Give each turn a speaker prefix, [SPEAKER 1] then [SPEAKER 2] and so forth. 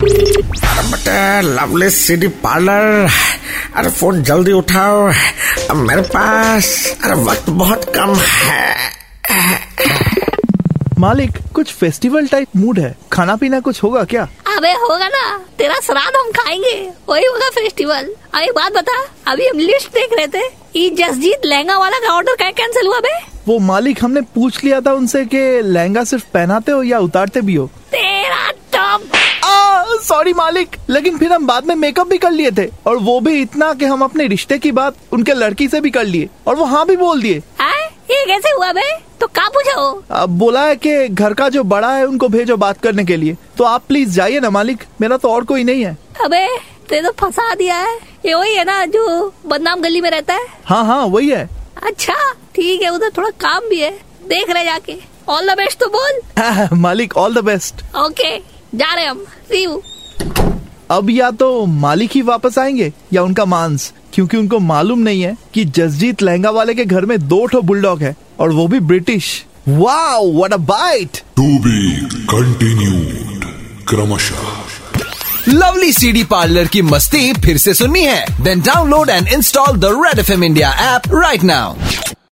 [SPEAKER 1] अरे बटे lovely city parlour अरे फोन जल्दी उठाओ अब मेरे पास अरे वक्त बहुत कम है
[SPEAKER 2] मालिक कुछ फेस्टिवल टाइप मूड है खाना पीना कुछ होगा क्या
[SPEAKER 3] अबे होगा ना तेरा श्राद्ध हम खाएंगे वही होगा फेस्टिवल अब एक बात बता अभी हम लिस्ट देख रहे थे ये जसजीत लहंगा वाला का ऑर्डर क्या कैंसिल हुआ बे
[SPEAKER 2] वो मालिक हमने पूछ लिया था उनसे कि लहंगा सिर्फ पहनाते हो या उतारते भी हो
[SPEAKER 3] तेरा टॉप
[SPEAKER 2] सॉरी मालिक लेकिन फिर हम बाद में मेकअप भी कर लिए थे और वो भी इतना कि हम अपने रिश्ते की बात उनके लड़की से भी कर लिए और वो हाँ भी बोल दिए
[SPEAKER 3] आए ये कैसे हुआ बे तो का पूछा हो
[SPEAKER 2] अब बोला है कि घर का जो बड़ा है उनको भेजो बात करने के लिए तो आप प्लीज जाइए ना मालिक मेरा तो और कोई नहीं है
[SPEAKER 3] अबे ते तो फंसा दिया है ये वही है ना जो बदनाम गली में रहता है
[SPEAKER 2] हाँ हाँ वही है
[SPEAKER 3] अच्छा ठीक है उधर थोड़ा काम भी है देख रहे जाके ऑल द बेस्ट तो बोल
[SPEAKER 2] मालिक ऑल द बेस्ट
[SPEAKER 3] ओके जा रहे हम सी यू
[SPEAKER 2] अब या तो मालिक ही वापस आएंगे या उनका मांस क्योंकि उनको मालूम नहीं है कि जसजीत लहंगा वाले के घर में दो ठो बुलडॉग है और वो भी British wow what a bite
[SPEAKER 4] to be continued क्रमशः
[SPEAKER 5] लवली सीडी पार्लर की मस्ती फिर से सुननी है then download and install the red F India app right now